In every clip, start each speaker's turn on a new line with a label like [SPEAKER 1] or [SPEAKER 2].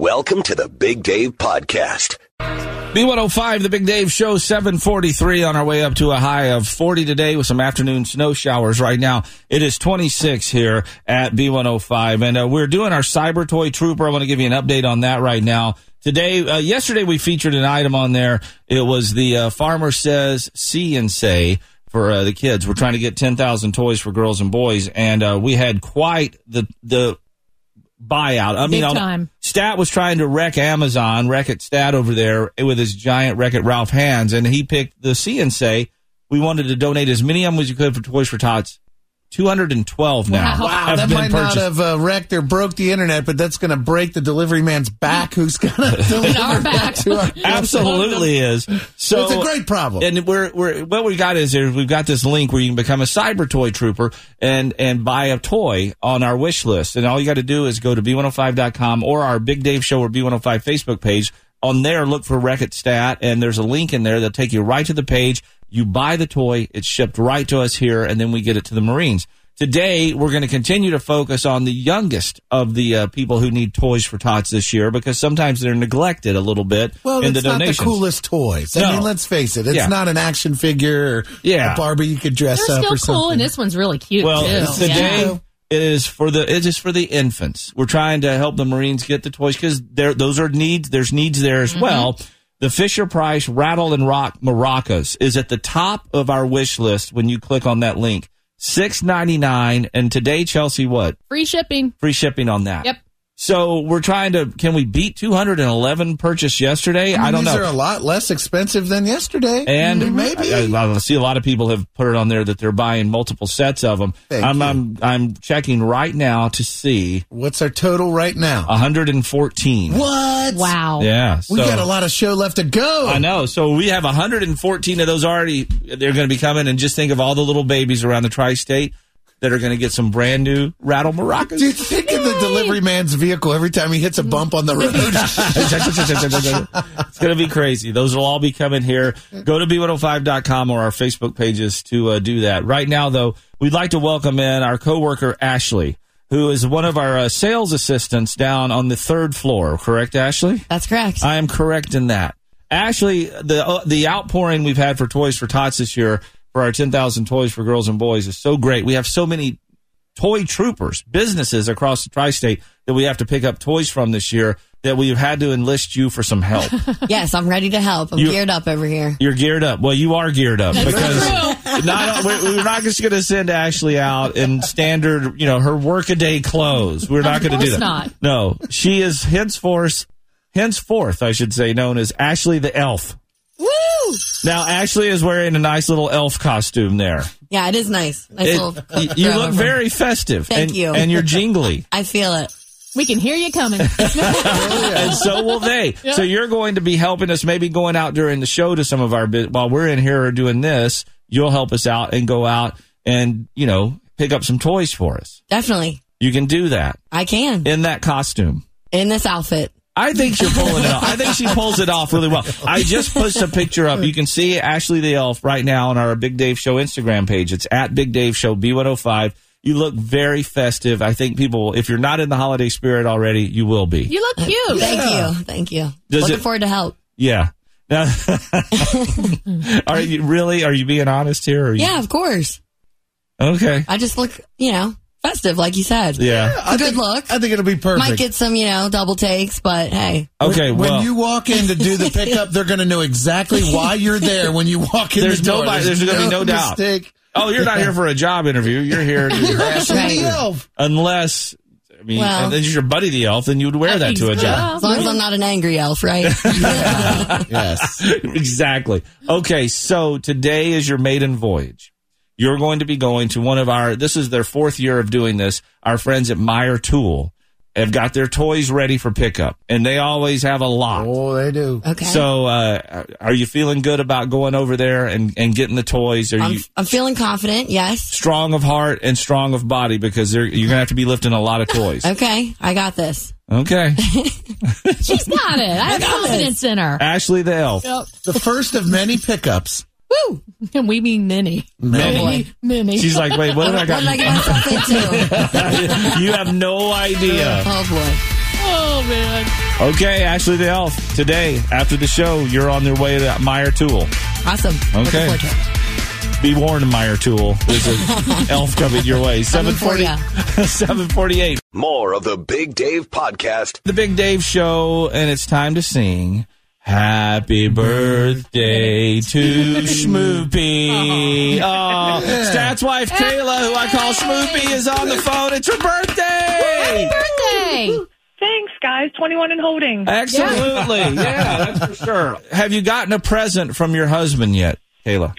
[SPEAKER 1] Welcome to the Big Dave Podcast.
[SPEAKER 2] B105, the Big Dave Show, 743 on our way up to a high of 40 today with some afternoon snow showers right now. It is 26 here at B105, and uh, we're doing our Cyber Toy Trooper. I want to give you an update on that right now. Today, uh, yesterday we featured an item on there. It was the uh, Farmer Says, See and Say for uh, the kids. We're trying to get 10,000 toys for girls and boys, and uh, we had quite the, the buyout. I mean,
[SPEAKER 3] Big
[SPEAKER 2] I'll-
[SPEAKER 3] time.
[SPEAKER 2] Stat was trying to wreck Amazon, wreck it Stat over there with his giant wreck it Ralph hands, and he picked the C and say we wanted to donate as many of them as you could for Toys for Tots. Two hundred and twelve now
[SPEAKER 3] Wow.
[SPEAKER 4] Wow,
[SPEAKER 2] have
[SPEAKER 4] Ah, that
[SPEAKER 2] been
[SPEAKER 4] might
[SPEAKER 2] purchased.
[SPEAKER 4] not have uh, wrecked or broke the internet, but that's going to break the delivery man's back who's going to deliver
[SPEAKER 3] our
[SPEAKER 4] it
[SPEAKER 3] back.
[SPEAKER 4] to our.
[SPEAKER 2] Absolutely is. So
[SPEAKER 4] It's a great problem.
[SPEAKER 2] And we're, we're what we got is there, we've got this link where you can become a cyber toy trooper and and buy a toy on our wish list. And all you got to do is go to b105.com or our Big Dave Show or B105 Facebook page. On there, look for Wreck-It Stat, and there's a link in there that'll take you right to the page. You buy the toy, it's shipped right to us here, and then we get it to the Marines. Today, we're going to continue to focus on the youngest of the uh, people who need toys for tots this year because sometimes they're neglected a little bit
[SPEAKER 4] well,
[SPEAKER 2] in
[SPEAKER 4] it's
[SPEAKER 2] the
[SPEAKER 4] not
[SPEAKER 2] donations.
[SPEAKER 4] the coolest toys. I
[SPEAKER 2] No.
[SPEAKER 4] mean, let's face it, it's
[SPEAKER 2] Yeah.
[SPEAKER 4] not an action figure or
[SPEAKER 2] Yeah.
[SPEAKER 4] a Barbie you could dress
[SPEAKER 3] They're
[SPEAKER 4] up
[SPEAKER 3] still cool,
[SPEAKER 4] or something.
[SPEAKER 3] and this one's really cute
[SPEAKER 2] Well,
[SPEAKER 3] too.
[SPEAKER 2] today
[SPEAKER 4] Yeah.
[SPEAKER 2] it is for the it is for the infants. We're trying to help the Marines get the toys because there those are needs. There's needs there
[SPEAKER 4] Mm-hmm.
[SPEAKER 2] as well. The Fisher Price Rattle and Rock Maracas is at the top of our wish list when you click on that link. Six ninety nine, and today Chelsea, what
[SPEAKER 3] free shipping.
[SPEAKER 2] free shipping on that?
[SPEAKER 3] Yep.
[SPEAKER 2] So we're trying to can we beat two hundred and eleven purchased yesterday? I, don't
[SPEAKER 4] Mm-hmm. These
[SPEAKER 2] know.
[SPEAKER 4] are a Mm-hmm. lot less expensive than yesterday.
[SPEAKER 2] And
[SPEAKER 4] maybe.
[SPEAKER 2] I, I- I see a lot of people have put it on there that they're buying multiple sets of them.
[SPEAKER 4] Thank
[SPEAKER 2] I'm,
[SPEAKER 4] you.
[SPEAKER 2] I'm I'm checking right now to see
[SPEAKER 4] What's our total right now?
[SPEAKER 2] 114.
[SPEAKER 4] what?
[SPEAKER 3] Wow.
[SPEAKER 2] Yeah,
[SPEAKER 4] We
[SPEAKER 2] Uh, so-
[SPEAKER 4] got a lot of show left to go.
[SPEAKER 2] I know. So we have 114 of those already. They're going to be coming, and just think of all the little babies around the tri-state that are going to get some brand new rattle maracas.
[SPEAKER 4] Dude, think of the delivery man's vehicle every time he hits a bump on the road.
[SPEAKER 2] it's going to be crazy. Those will all be coming here. Go to b105.com or our Facebook pages to uh, do that. Right now, though, we'd like to welcome in our coworker, Ashley, who is one of our uh, sales assistants down on the third floor. Correct, Ashley?
[SPEAKER 5] That's correct.
[SPEAKER 2] I am correct in that. Ashley, the uh, the outpouring we've had for Toys for Tots this year for our 10,000 toys for girls and boys is so great. We have so many toy troopers, businesses across the tri-state that we have to pick up toys from this year that we've had to enlist you for some help.
[SPEAKER 5] yes, I'm ready to help. I'm
[SPEAKER 2] You-
[SPEAKER 5] geared up over here.
[SPEAKER 2] You're geared up. Well, you are geared up because
[SPEAKER 3] true.
[SPEAKER 2] not we're, we're not just going to send Ashley out in standard, you know, her workaday clothes. We're not
[SPEAKER 3] Of
[SPEAKER 2] going to do that.
[SPEAKER 3] course not.
[SPEAKER 2] No, she is henceforth, henceforth, I should say, known as Ashley the Elf.
[SPEAKER 5] Woo!
[SPEAKER 2] Now, Ashley is wearing a nice little elf costume there.
[SPEAKER 5] Yeah, it is nice. Nice
[SPEAKER 2] It-
[SPEAKER 5] little.
[SPEAKER 2] y- you
[SPEAKER 5] grab
[SPEAKER 2] look
[SPEAKER 5] over.
[SPEAKER 2] very festive.
[SPEAKER 5] Thank
[SPEAKER 2] and,
[SPEAKER 5] you.
[SPEAKER 2] And you're jingly.
[SPEAKER 5] I feel it.
[SPEAKER 3] We can hear you coming.
[SPEAKER 2] and so will they. So you're going to be helping us, maybe going out during the show to some of our bit while we're in here or doing this. You'll help us out and go out and you know pick up some toys for us.
[SPEAKER 5] Definitely,
[SPEAKER 2] You can do that
[SPEAKER 5] I can
[SPEAKER 2] in that costume.
[SPEAKER 5] in this outfit.
[SPEAKER 2] I think you're pulling it off. I think she pulls it off really well. I just pushed a picture up. You can see Ashley the Elf right now on our Big Dave Show Instagram page. It's at Big Dave Show B105. You look very festive. I think people, if you're not in the holiday spirit already, you will be.
[SPEAKER 3] you look cute.
[SPEAKER 5] Thank you, thank you.
[SPEAKER 2] Does
[SPEAKER 5] Looking
[SPEAKER 2] it-
[SPEAKER 5] forward to help.
[SPEAKER 2] Yeah. Now, are you really? Are you being honest here? Or you,
[SPEAKER 5] Yeah, of course.
[SPEAKER 2] Okay.
[SPEAKER 5] I just look, you know, festive, like you said.
[SPEAKER 2] Yeah.
[SPEAKER 5] It's a good look.
[SPEAKER 4] I think it'll be perfect.
[SPEAKER 5] Might get some, you know, double takes, but hey,
[SPEAKER 2] Okay.
[SPEAKER 4] when
[SPEAKER 2] well,
[SPEAKER 4] you walk in to do the pickup, they're going to know exactly why you're there when you walk in.
[SPEAKER 2] There's
[SPEAKER 4] the door.
[SPEAKER 2] nobody- there's gonna be no doubt.
[SPEAKER 4] Mistake.
[SPEAKER 2] oh, you're not here for a job interview. You're here to,
[SPEAKER 4] Ashley
[SPEAKER 5] Right.
[SPEAKER 4] the elf.
[SPEAKER 2] unless. I mean,
[SPEAKER 5] Well-
[SPEAKER 2] and then you're your buddy the elf, then you would wear that to a job.
[SPEAKER 5] as long as I'm not an angry elf, right?
[SPEAKER 4] Yes.
[SPEAKER 2] exactly. Okay, so today is your maiden voyage. You're going to be going to one of our, this is their fourth year of doing this. Our friends at Meyer Tool have got their toys ready for pickup, and they always have a lot.
[SPEAKER 4] Oh, they do.
[SPEAKER 5] Okay.
[SPEAKER 2] So, uh, are you feeling good about going over there and, and getting the toys? Are
[SPEAKER 5] I'm,
[SPEAKER 2] you
[SPEAKER 5] I'm feeling confident. Yes.
[SPEAKER 2] strong of heart and strong of body because they're, you're gonna have to be lifting a lot of toys?
[SPEAKER 5] Okay, I got this.
[SPEAKER 2] Okay,
[SPEAKER 3] She's got it. I have confidence in her.
[SPEAKER 2] Ashley the elf.
[SPEAKER 4] The first of many pickups.
[SPEAKER 5] Woo!
[SPEAKER 3] And we mean many.
[SPEAKER 2] Man,
[SPEAKER 3] Many.
[SPEAKER 2] she's like, wait, what did I
[SPEAKER 5] What did I
[SPEAKER 2] got?
[SPEAKER 5] get myself into?
[SPEAKER 2] you have no idea.
[SPEAKER 5] oh boy.
[SPEAKER 3] oh, man.
[SPEAKER 2] Okay, Ashley the Elf. Today, after the show, you're on your way to Meyer Tool.
[SPEAKER 5] Awesome. Looking
[SPEAKER 2] Okay.
[SPEAKER 5] forward to it.
[SPEAKER 2] Be warned, Meyer Tool. There's an elf coming your way.
[SPEAKER 5] Coming for
[SPEAKER 2] 740,
[SPEAKER 5] ya.
[SPEAKER 2] 748.
[SPEAKER 1] More of the Big Dave Podcast.
[SPEAKER 2] The Big Dave Show, and it's time to sing. Happy birthday to Schmoopy. Oh, Stats wife Kayla, who I call Schmoopy, is on the phone. It's her birthday.
[SPEAKER 3] Birthday.
[SPEAKER 6] Thanks, guys. 21 and holding.
[SPEAKER 2] Absolutely. Yeah. that's for sure. Have you gotten a present from your husband yet, Kayla?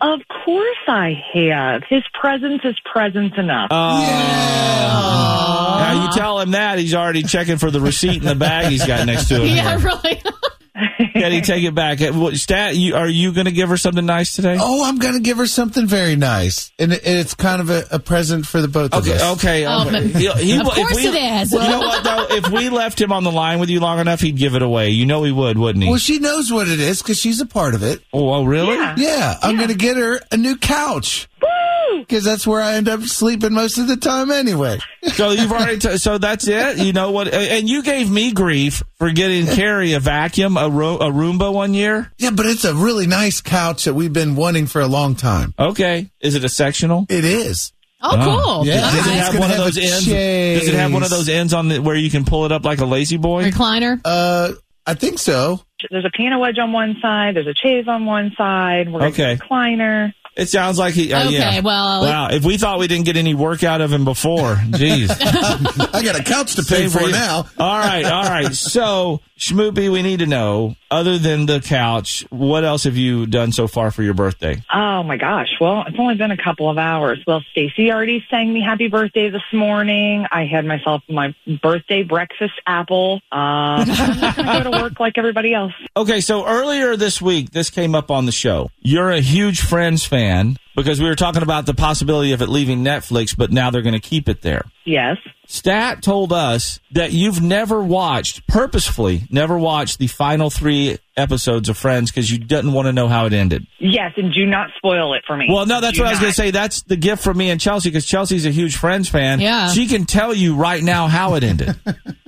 [SPEAKER 6] Of course I have. His presence is presence enough.
[SPEAKER 2] Uh, Oh. Now you tell him that he's already checking for the receipt in the bag he's got next to him.
[SPEAKER 3] Yeah, really.
[SPEAKER 2] Can he take it back? Eh, what- Stat, you, are you going to give her something nice today?
[SPEAKER 4] Oh, I'm going to give her something very nice. And it- it's kind of a, a present for the both of
[SPEAKER 2] Okay,
[SPEAKER 4] us.
[SPEAKER 2] okay.
[SPEAKER 3] Oh,
[SPEAKER 2] okay.
[SPEAKER 3] man. Of course it is.
[SPEAKER 2] Well, you know what though? If we left him on the line with you long enough, he'd give it away. You know he would, wouldn't he?
[SPEAKER 4] Well, she knows what it is because she's a part of it.
[SPEAKER 2] oh, oh, really?
[SPEAKER 6] Yeah.
[SPEAKER 4] Yeah, I'm going to get her a new couch
[SPEAKER 6] Woo!
[SPEAKER 4] because that's where I end up sleeping most of the time anyway.
[SPEAKER 2] So you've already. T- so that's it. You know what? eh, And you gave me grief for getting Carrie a vacuum, a, ro- a Roomba one year.
[SPEAKER 4] Yeah, but it's a really nice couch that we've been wanting for a long time.
[SPEAKER 2] Okay, is it a sectional?
[SPEAKER 4] It is.
[SPEAKER 3] Oh, cool.
[SPEAKER 4] Yeah.
[SPEAKER 3] All
[SPEAKER 2] Does it
[SPEAKER 3] right.
[SPEAKER 4] It's
[SPEAKER 2] have
[SPEAKER 4] gonna
[SPEAKER 2] one of
[SPEAKER 4] have a
[SPEAKER 2] those ends? Does it have one of those ends on the, where you can pull it up like a lazy boy?
[SPEAKER 3] Recliner.
[SPEAKER 4] Uh, I think so.
[SPEAKER 6] There's a piano wedge on one side. There's a chaise on one side. We're gonna
[SPEAKER 2] Okay.
[SPEAKER 6] get a recliner.
[SPEAKER 2] It sounds like he. Uh,
[SPEAKER 3] Okay,
[SPEAKER 2] yeah.
[SPEAKER 3] well-
[SPEAKER 2] wow. If we thought we didn't get any work out of him before, jeez.
[SPEAKER 4] I got a couch to pay
[SPEAKER 2] Same
[SPEAKER 4] for
[SPEAKER 2] you.
[SPEAKER 4] now.
[SPEAKER 2] All right, all right. So, Schmoopy, we need to know. Other than the couch, what else have you done so far for your birthday?
[SPEAKER 6] Oh my gosh. Well, it's only been a couple of hours. Well, Stacy already sang me happy birthday this morning. I had myself my birthday breakfast apple. Uh, I'm just gonna go to work like everybody else.
[SPEAKER 2] Okay, so earlier this week, this came up on the show. You're a huge Friends fan because we were talking about the possibility of it leaving Netflix, but now they're going to keep it there.
[SPEAKER 6] Yes.
[SPEAKER 2] Stat told us that you've never watched, purposefully, never watched the final three episodes of Friends because you didn't want to know how it ended.
[SPEAKER 6] Yes, and do not spoil it for me.
[SPEAKER 2] Well, no, that's
[SPEAKER 6] Do
[SPEAKER 2] what I was going
[SPEAKER 6] not.
[SPEAKER 2] to say. That's the gift from me and Chelsea because Chelsea's a huge Friends fan.
[SPEAKER 3] Yeah.
[SPEAKER 2] She can tell you right now how it ended.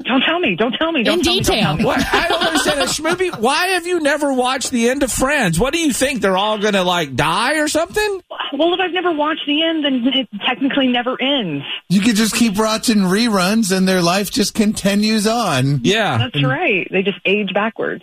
[SPEAKER 6] Don't tell me. Don't tell me. Don't
[SPEAKER 3] In
[SPEAKER 6] tell me, don't
[SPEAKER 3] detail.
[SPEAKER 6] tell me.
[SPEAKER 2] what? I don't understand. Schmoopy, why have you never watched the end of Friends? What do you think? They're all going to, like, die or something?
[SPEAKER 6] Well, if I've never watched the end, then it technically never ends.
[SPEAKER 4] You could just keep watching reruns and their life just continues on.
[SPEAKER 2] Yeah.
[SPEAKER 6] That's right. They just age backwards.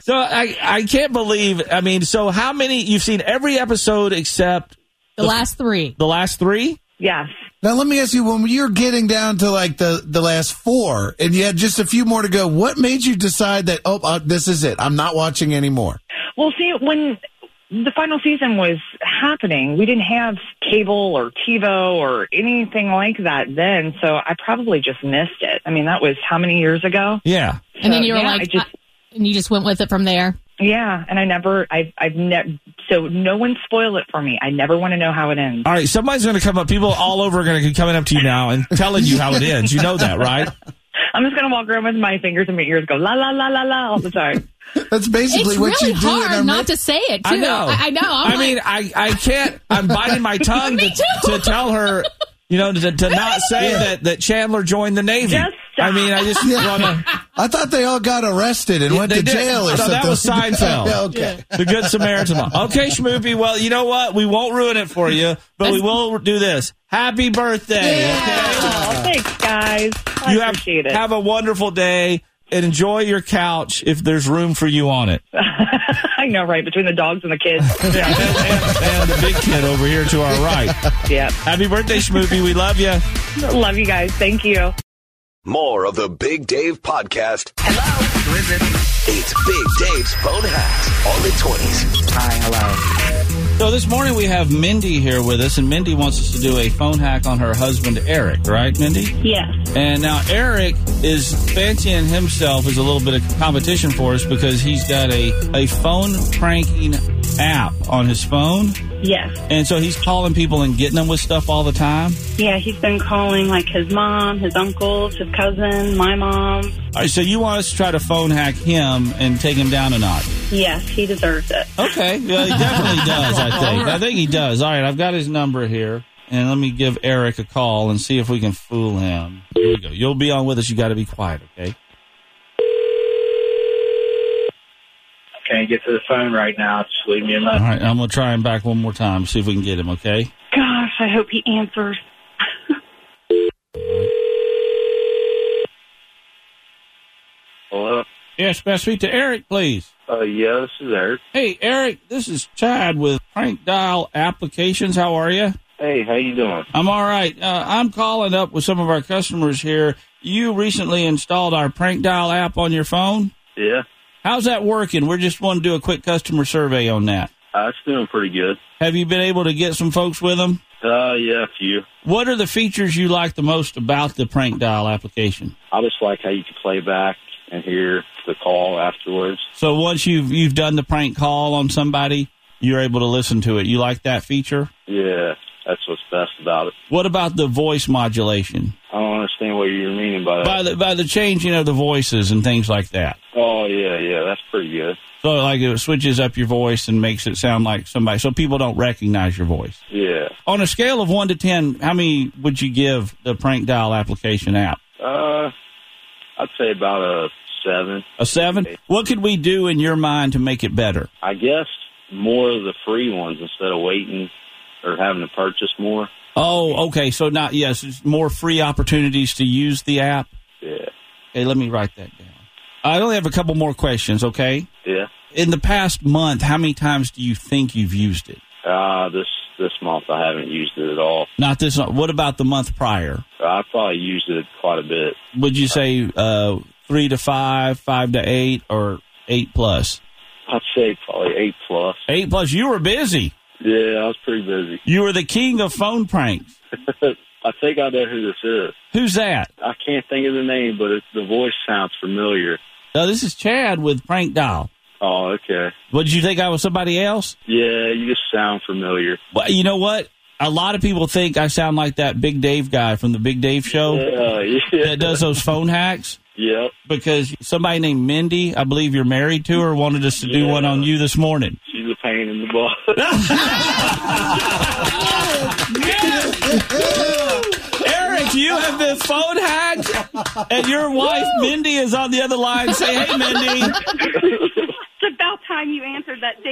[SPEAKER 2] So I, I can't believe, I mean, so how many, you've seen every episode except
[SPEAKER 3] the last three.
[SPEAKER 2] the last three?
[SPEAKER 6] Yes.
[SPEAKER 4] Now, let me ask you when you're getting down to like the, the last four and you had just a few more to go, what made you decide that, oh, uh, this is it? I'm not watching anymore?
[SPEAKER 6] Well, see, when the final season was happening, we didn't have cable or TiVo or anything like that then, so I probably just missed it. I mean, that was how many years ago?
[SPEAKER 2] Yeah.
[SPEAKER 3] And then
[SPEAKER 6] So,
[SPEAKER 3] you were
[SPEAKER 6] yeah, I
[SPEAKER 3] like,
[SPEAKER 6] just-
[SPEAKER 3] I- and you just went with it from there.
[SPEAKER 6] Yeah, and I never, I've, I've never, so no one spoil it for me. I never want to know how it ends.
[SPEAKER 2] All right, somebody's going to come up. People all over are going to be coming up to you now and telling you how it ends. You know that, right?
[SPEAKER 6] I'm just going to walk around with my fingers and my ears go la la la la la all the time.
[SPEAKER 4] That's basically
[SPEAKER 3] It's
[SPEAKER 4] what
[SPEAKER 3] really
[SPEAKER 4] you do. in our
[SPEAKER 3] hard
[SPEAKER 4] mid-
[SPEAKER 3] not to say it,
[SPEAKER 2] I
[SPEAKER 3] too.
[SPEAKER 2] know.
[SPEAKER 3] I, I know. I'm like,
[SPEAKER 2] mean, I, I can't. I'm biting my tongue
[SPEAKER 3] Me
[SPEAKER 2] to,
[SPEAKER 3] too.
[SPEAKER 2] to tell her, you know, to, to not say that, that Chandler joined the Navy.
[SPEAKER 6] Just
[SPEAKER 2] I mean, I just want to.
[SPEAKER 4] I thought they all got arrested and went
[SPEAKER 2] they
[SPEAKER 4] to
[SPEAKER 2] did.
[SPEAKER 4] jail or
[SPEAKER 2] No,
[SPEAKER 4] something.
[SPEAKER 2] that was Seinfeld.
[SPEAKER 4] Yeah, okay.
[SPEAKER 2] The Good Samaritan Law. Okay, Schmoopy. Well, you know what? We won't ruin it for you, but we will do this. Happy birthday.
[SPEAKER 6] Oh, thanks, guys.
[SPEAKER 2] okay?
[SPEAKER 6] I
[SPEAKER 2] You have,
[SPEAKER 6] appreciate it.
[SPEAKER 2] have a wonderful day and enjoy your couch if there's room for you on it.
[SPEAKER 6] I know, right? Between the dogs and the kids.
[SPEAKER 2] Yeah, and, and- and the big kid over here to our right.
[SPEAKER 6] yeah.
[SPEAKER 2] Happy birthday, Schmoopy. We love you.
[SPEAKER 6] Love you guys. Thank you.
[SPEAKER 1] More of the Big Dave Podcast. Hello. Who is it? It's Big Dave's Phone Hacks on the 20s.
[SPEAKER 2] So this morning we have Mindy here with us, and Mindy wants us to do a phone hack on her husband Eric, right, Mindy?
[SPEAKER 6] Yes.
[SPEAKER 2] And now Eric is fancying himself as a little bit of competition for us because he's got a, a phone pranking app on his phone.
[SPEAKER 7] Yes.
[SPEAKER 2] And so he's calling people and getting them with stuff all the time.
[SPEAKER 7] Yeah, he's been calling like his mom, his uncles, his cousin, my mom.
[SPEAKER 2] All right, so you want us to try to phone hack him and take him down a notch.
[SPEAKER 7] Yes, he deserves it.
[SPEAKER 2] Okay. Yeah, he definitely does, I think. I think he does. All right, I've got his number here. and let me give Eric a call and see if we can fool him. Here we go. You'll be on with us. You got to be quiet, okay?
[SPEAKER 8] Can't get to the phone right now. Just leave me a
[SPEAKER 2] All
[SPEAKER 8] message.
[SPEAKER 2] right. I'm going to try him back one more time. See if we can get him, okay?
[SPEAKER 7] Gosh, I hope he answers.
[SPEAKER 8] Hello.
[SPEAKER 2] Yes, may I speak to Eric, please?
[SPEAKER 8] Uh, yeah, this is Eric.
[SPEAKER 2] Hey, Eric, this is Chad with Prank Dial Applications. How are you?
[SPEAKER 8] Hey, how you doing?
[SPEAKER 2] I'm all right. Uh, I'm calling up with some of our customers here. You recently installed our Prank Dial app on your phone.
[SPEAKER 8] Yeah,
[SPEAKER 2] How's that working? We're just wanting to do a quick customer survey on that.
[SPEAKER 8] I uh, it's doing pretty good.
[SPEAKER 2] Have you been able to get some folks with them?
[SPEAKER 8] Uh, yeah, a few.
[SPEAKER 2] What are the features you like the most about the Prank Dial application?
[SPEAKER 8] I just like how you can play back and hear the call afterwards.
[SPEAKER 2] So once you've you've done the prank call on somebody, you're able to listen to it. You like that feature?
[SPEAKER 8] Yeah, that's what's best about it.
[SPEAKER 2] What about the voice modulation?
[SPEAKER 8] I don't understand what you're meaning by that.
[SPEAKER 2] By the by the changing of the voices and things like that.
[SPEAKER 8] oh, yeah, yeah, that's pretty good.
[SPEAKER 2] So like it switches up your voice and makes it sound like somebody so people don't recognize your voice.
[SPEAKER 8] Yeah.
[SPEAKER 2] On a scale of 1 to 10, how many would you give the Prank Dial application app?
[SPEAKER 8] Uh, I'd say about a seven.
[SPEAKER 2] A 7? What could we do in your mind to make it better?
[SPEAKER 8] I guess more of the free ones instead of waiting or having to purchase more.
[SPEAKER 2] Oh, okay. So not yes, it's more free opportunities to use the app.
[SPEAKER 8] Yeah,
[SPEAKER 2] Okay, let me write that down. I only have a couple more questions, okay?
[SPEAKER 8] yeah.
[SPEAKER 2] In the past month, how many times do you think you've used it?
[SPEAKER 8] Uh, this this month I haven't used it at all.
[SPEAKER 2] Not this. What about the month prior?
[SPEAKER 8] I probably used it quite a bit.
[SPEAKER 2] Would you say uh, three to five, five to eight, or eight plus?
[SPEAKER 8] I'd say probably eight plus.
[SPEAKER 2] Eight plus. You were busy.
[SPEAKER 8] Yeah, I was pretty busy.
[SPEAKER 2] You were the king of phone pranks.
[SPEAKER 8] I think I know who this is.
[SPEAKER 2] Who's that?
[SPEAKER 8] I can't think of the name, but it, the voice sounds familiar.
[SPEAKER 2] No, this is Chad with Prank Dial.
[SPEAKER 8] Oh, okay.
[SPEAKER 2] What did you think I was somebody else?
[SPEAKER 8] Yeah, you just sound familiar.
[SPEAKER 2] Well, you know what? A lot of people think I sound like that Big Dave guy from the Big Dave show
[SPEAKER 8] Yeah, yeah.
[SPEAKER 2] that Oh. does those phone hacks
[SPEAKER 8] Yep.
[SPEAKER 2] because somebody named Mindy, I believe you're married to her, wanted us to do
[SPEAKER 8] Yeah.
[SPEAKER 2] one on you this morning.
[SPEAKER 8] She's a pain in the butt.
[SPEAKER 2] Eric, you have been phone hacked, and your wife, Mindy, is on the other line. Say, hey, Mindy.
[SPEAKER 7] It's about time you answered that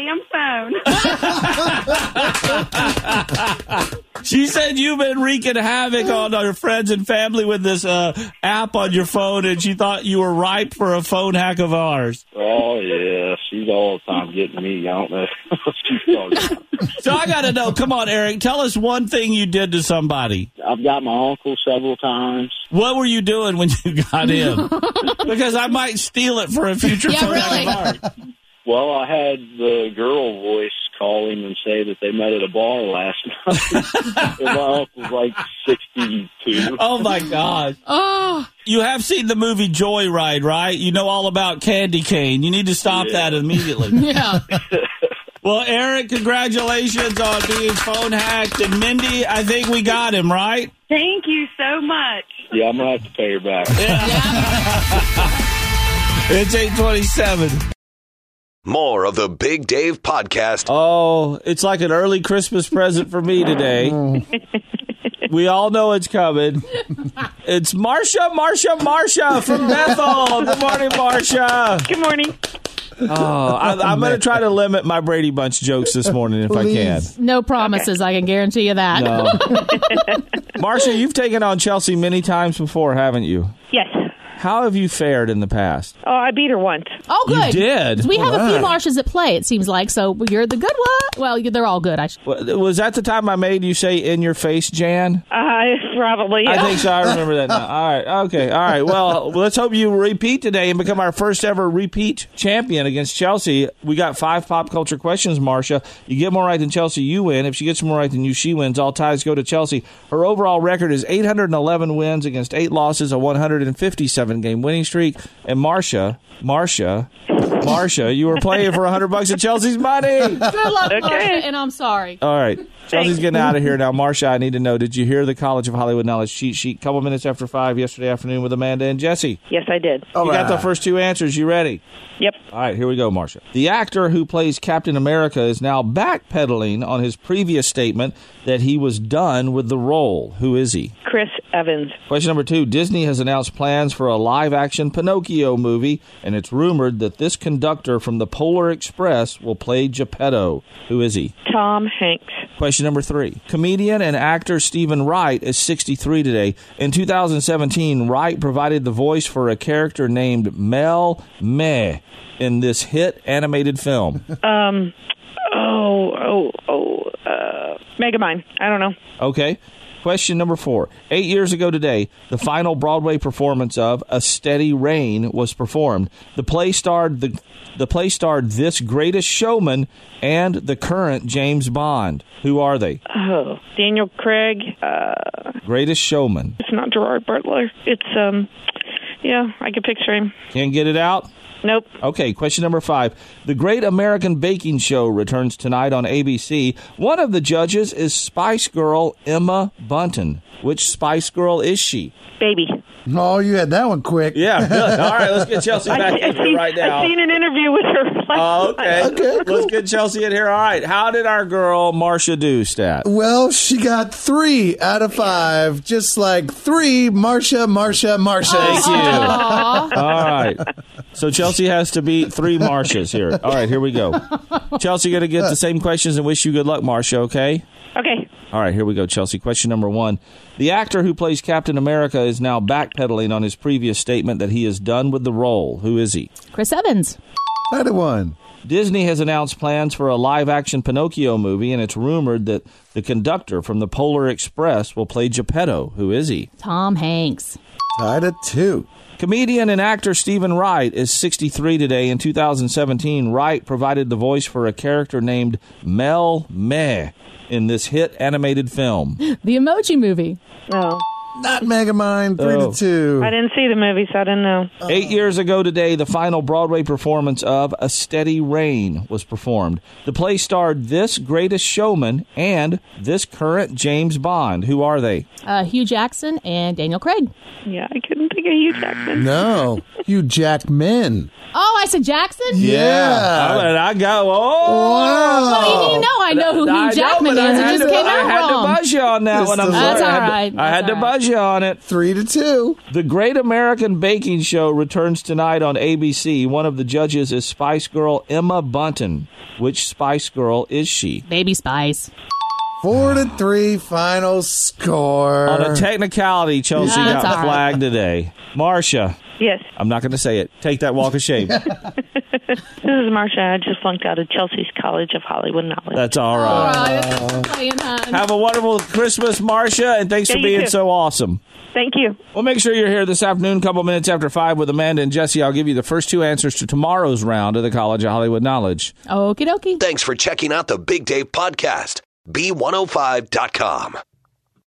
[SPEAKER 7] damn phone.
[SPEAKER 2] She said you've been wreaking havoc on our friends and family with this uh, app on your phone, and she thought you were ripe for a phone hack of ours.
[SPEAKER 8] oh, yeah. She's all the time getting me. I don't know what she's talking about.
[SPEAKER 2] So I got to know. Come on, Eric. Tell us one thing you did to somebody.
[SPEAKER 8] I've got my uncle several times.
[SPEAKER 2] What were you doing when you got him? because I might steal it for a future.
[SPEAKER 5] Yeah,
[SPEAKER 2] phone
[SPEAKER 5] really.
[SPEAKER 2] call.
[SPEAKER 8] Well, I had the girl voice call him and say that they met at a bar last night. and my uncle's like 62.
[SPEAKER 2] Oh my gosh!
[SPEAKER 3] Oh,
[SPEAKER 2] You have seen the movie Joyride, right? You know all about candy cane. You need to stop that immediately.
[SPEAKER 3] yeah.
[SPEAKER 2] well, Eric, congratulations on being phone hacked, and Mindy, I think we got him right.
[SPEAKER 7] Thank you so much.
[SPEAKER 8] Yeah, I'm going to have to pay her back.
[SPEAKER 2] It's eight twenty-seven.
[SPEAKER 1] More of the Big Dave podcast.
[SPEAKER 2] Oh, it's like an early Christmas present for me today. we all know it's coming. It's Marsha, Marsha, Marsha from Bethel. Good morning, Marsha.
[SPEAKER 7] Good morning.
[SPEAKER 2] Oh, I, I'm going to try to limit my Brady Bunch jokes this morning if
[SPEAKER 4] Please.
[SPEAKER 3] No promises. I can guarantee you
[SPEAKER 2] I
[SPEAKER 3] that.
[SPEAKER 2] can. No. Marsha, Um, you've taken on Chelsea many times before, haven't you?
[SPEAKER 7] Yes.
[SPEAKER 2] How have you fared in the past?
[SPEAKER 7] Oh, I beat her once.
[SPEAKER 3] Oh,
[SPEAKER 2] You
[SPEAKER 3] good.
[SPEAKER 2] did.
[SPEAKER 3] We have a few Marshes at play. It seems like so. You're the good one. Well, you- they're all good. I sh-
[SPEAKER 2] Was that the time I made you say "in your face, Jan"?
[SPEAKER 7] I probably.
[SPEAKER 2] I think so. I remember that now. All right. Okay. All right. Well, let's hope you repeat today and become our first ever repeat champion against Chelsea. We got five pop culture questions, Marcia. You get more right than Chelsea, you win. If she gets more right than you, she wins. All ties go to Chelsea. Her overall record is 811 wins against eight losses, a 157 seven game winning streak. And Marcia, Marcia, Marcia, you were playing for hundred bucks of Chelsea's money.
[SPEAKER 3] Good luck,
[SPEAKER 7] Okay.
[SPEAKER 3] Marcia, and I'm sorry.
[SPEAKER 2] All right. Chelsea's
[SPEAKER 7] Thanks.
[SPEAKER 2] getting out of here now. Marsha, I need to know did you hear the College of Hollywood Knowledge cheat sheet couple minutes after five yesterday afternoon with Amanda and Jesse?
[SPEAKER 7] Yes, I did.
[SPEAKER 6] Oh.
[SPEAKER 2] you got the first two answers. You ready?
[SPEAKER 7] Yep.
[SPEAKER 2] All right, here we go, Marsha. The actor who plays Captain America is now backpedaling on his previous statement that he was done with the role. Who is he?
[SPEAKER 7] Chris Evans.
[SPEAKER 2] Question number two Disney has announced plans for a live action Pinocchio movie, and it's rumored that this conductor from the Polar Express will play Geppetto. Who is he?
[SPEAKER 7] Tom Hanks.
[SPEAKER 2] Question number three. Comedian and actor Stephen Wright is 63 today. In 2017, Wright provided the voice for a character named Mel Meh in this hit animated film.
[SPEAKER 7] Oh, oh, oh. Uh, Megamind. I don't know.
[SPEAKER 2] Okay. Question number four. Eight years ago today, the final Broadway performance of A Steady Rain was performed. The play starred the the play starred this greatest showman and the current James Bond. Who are they?
[SPEAKER 7] Oh, Daniel Craig. Uh,
[SPEAKER 2] Greatest showman.
[SPEAKER 7] it's not Gerard Butler. It's um, yeah, I could picture him.
[SPEAKER 2] Can't get it out?
[SPEAKER 7] Nope.
[SPEAKER 2] Okay, question number five. The Great American Baking Show returns tonight on ABC. One of the judges is Spice Girl Emma Bunton. Which Spice Girl is she?
[SPEAKER 7] Baby.
[SPEAKER 4] Oh, you had that one quick.
[SPEAKER 2] Yeah, good. All right, let's get Chelsea
[SPEAKER 7] I,
[SPEAKER 2] back
[SPEAKER 7] I
[SPEAKER 2] in here
[SPEAKER 7] seen,
[SPEAKER 2] right now.
[SPEAKER 7] I seen an interview with her.
[SPEAKER 2] Oh,
[SPEAKER 7] last
[SPEAKER 2] okay.
[SPEAKER 7] night.
[SPEAKER 2] Let's get Chelsea in here. All right. How did our girl Marsha do, Stat?
[SPEAKER 4] Well, she got three out of five, just like three Marsha, Marsha, Marsha.
[SPEAKER 2] Thank you.
[SPEAKER 3] Aw.
[SPEAKER 2] All right. So Chelsea has to beat three Marshas here. All right, here we go. Chelsea going to get the same questions and wish you good luck, Marsha, okay?
[SPEAKER 7] Okay.
[SPEAKER 2] All right, here we go, Chelsea. Question number one. The actor who plays Captain America is now backpedaling on his previous statement that he is done with the role. Who is he?
[SPEAKER 3] Chris Evans.
[SPEAKER 4] Another one.
[SPEAKER 2] Disney has announced plans for a live action Pinocchio movie, and it's rumored that the conductor from the Polar Express will play Geppetto. Who is he?
[SPEAKER 3] Tom Hanks.
[SPEAKER 4] Tied at two.
[SPEAKER 2] Comedian and actor Stephen Wright is 63 today. In 2017, Wright provided the voice for a character named Mel Meh in this hit animated film.
[SPEAKER 3] The Emoji Movie.
[SPEAKER 7] No,
[SPEAKER 4] Not Megamind, three
[SPEAKER 2] Oh.
[SPEAKER 4] to two.
[SPEAKER 7] I didn't see the movie, so I didn't know.
[SPEAKER 2] Eight years ago today, the final Broadway performance of A Steady Rain was performed. The play starred this greatest showman and this current James Bond. Who are they?
[SPEAKER 3] Uh, Hugh Jackson and Daniel Craig.
[SPEAKER 7] Yeah, I couldn't think of Hugh Jackman.
[SPEAKER 4] No, you Jackman.
[SPEAKER 3] Oh, I said Jackson?
[SPEAKER 4] Yeah.
[SPEAKER 2] I, I got. Oh!
[SPEAKER 3] What do Uh, you mean? No, I know who Hugh Jackman
[SPEAKER 2] I
[SPEAKER 3] is.
[SPEAKER 2] had
[SPEAKER 3] It just
[SPEAKER 2] to-
[SPEAKER 3] came out
[SPEAKER 2] I had
[SPEAKER 3] wrong.
[SPEAKER 2] to buzz you on that
[SPEAKER 4] Just
[SPEAKER 2] one. I'm
[SPEAKER 4] the-
[SPEAKER 3] That's
[SPEAKER 2] sorry. I had
[SPEAKER 3] all
[SPEAKER 2] to-
[SPEAKER 3] right.
[SPEAKER 2] I had
[SPEAKER 3] That's
[SPEAKER 2] to
[SPEAKER 3] all right.
[SPEAKER 2] buzz you on it.
[SPEAKER 4] Three to two.
[SPEAKER 2] The Great American Baking Show returns tonight on ABC. One of the judges is Spice Girl Emma Bunton. Which Spice Girl is she?
[SPEAKER 3] Baby Spice.
[SPEAKER 4] Four to three. Final score.
[SPEAKER 2] On a technicality, Chelsea
[SPEAKER 3] No,
[SPEAKER 2] got
[SPEAKER 3] that's all right.
[SPEAKER 2] flagged today. Marcia,
[SPEAKER 7] Yes,
[SPEAKER 2] I'm not going to say it. Take that walk of shame.
[SPEAKER 7] this is Marcia. I just flunked out of Chelsea's College of Hollywood Knowledge.
[SPEAKER 2] That's all
[SPEAKER 3] All
[SPEAKER 2] right.
[SPEAKER 3] right. this is playing, hon.
[SPEAKER 2] Have a wonderful Christmas, Marcia, and thanks
[SPEAKER 7] Yeah,
[SPEAKER 2] for
[SPEAKER 7] you
[SPEAKER 2] being
[SPEAKER 7] too.
[SPEAKER 2] so awesome.
[SPEAKER 7] Thank you.
[SPEAKER 2] Well, make sure you're here this afternoon, couple minutes after five, with Amanda and Jesse. I'll give you the first two answers to tomorrow's round of the College of Hollywood Knowledge.
[SPEAKER 3] Okie dokie.
[SPEAKER 1] oh Thanks for checking out the Big Dave Podcast, b105.com.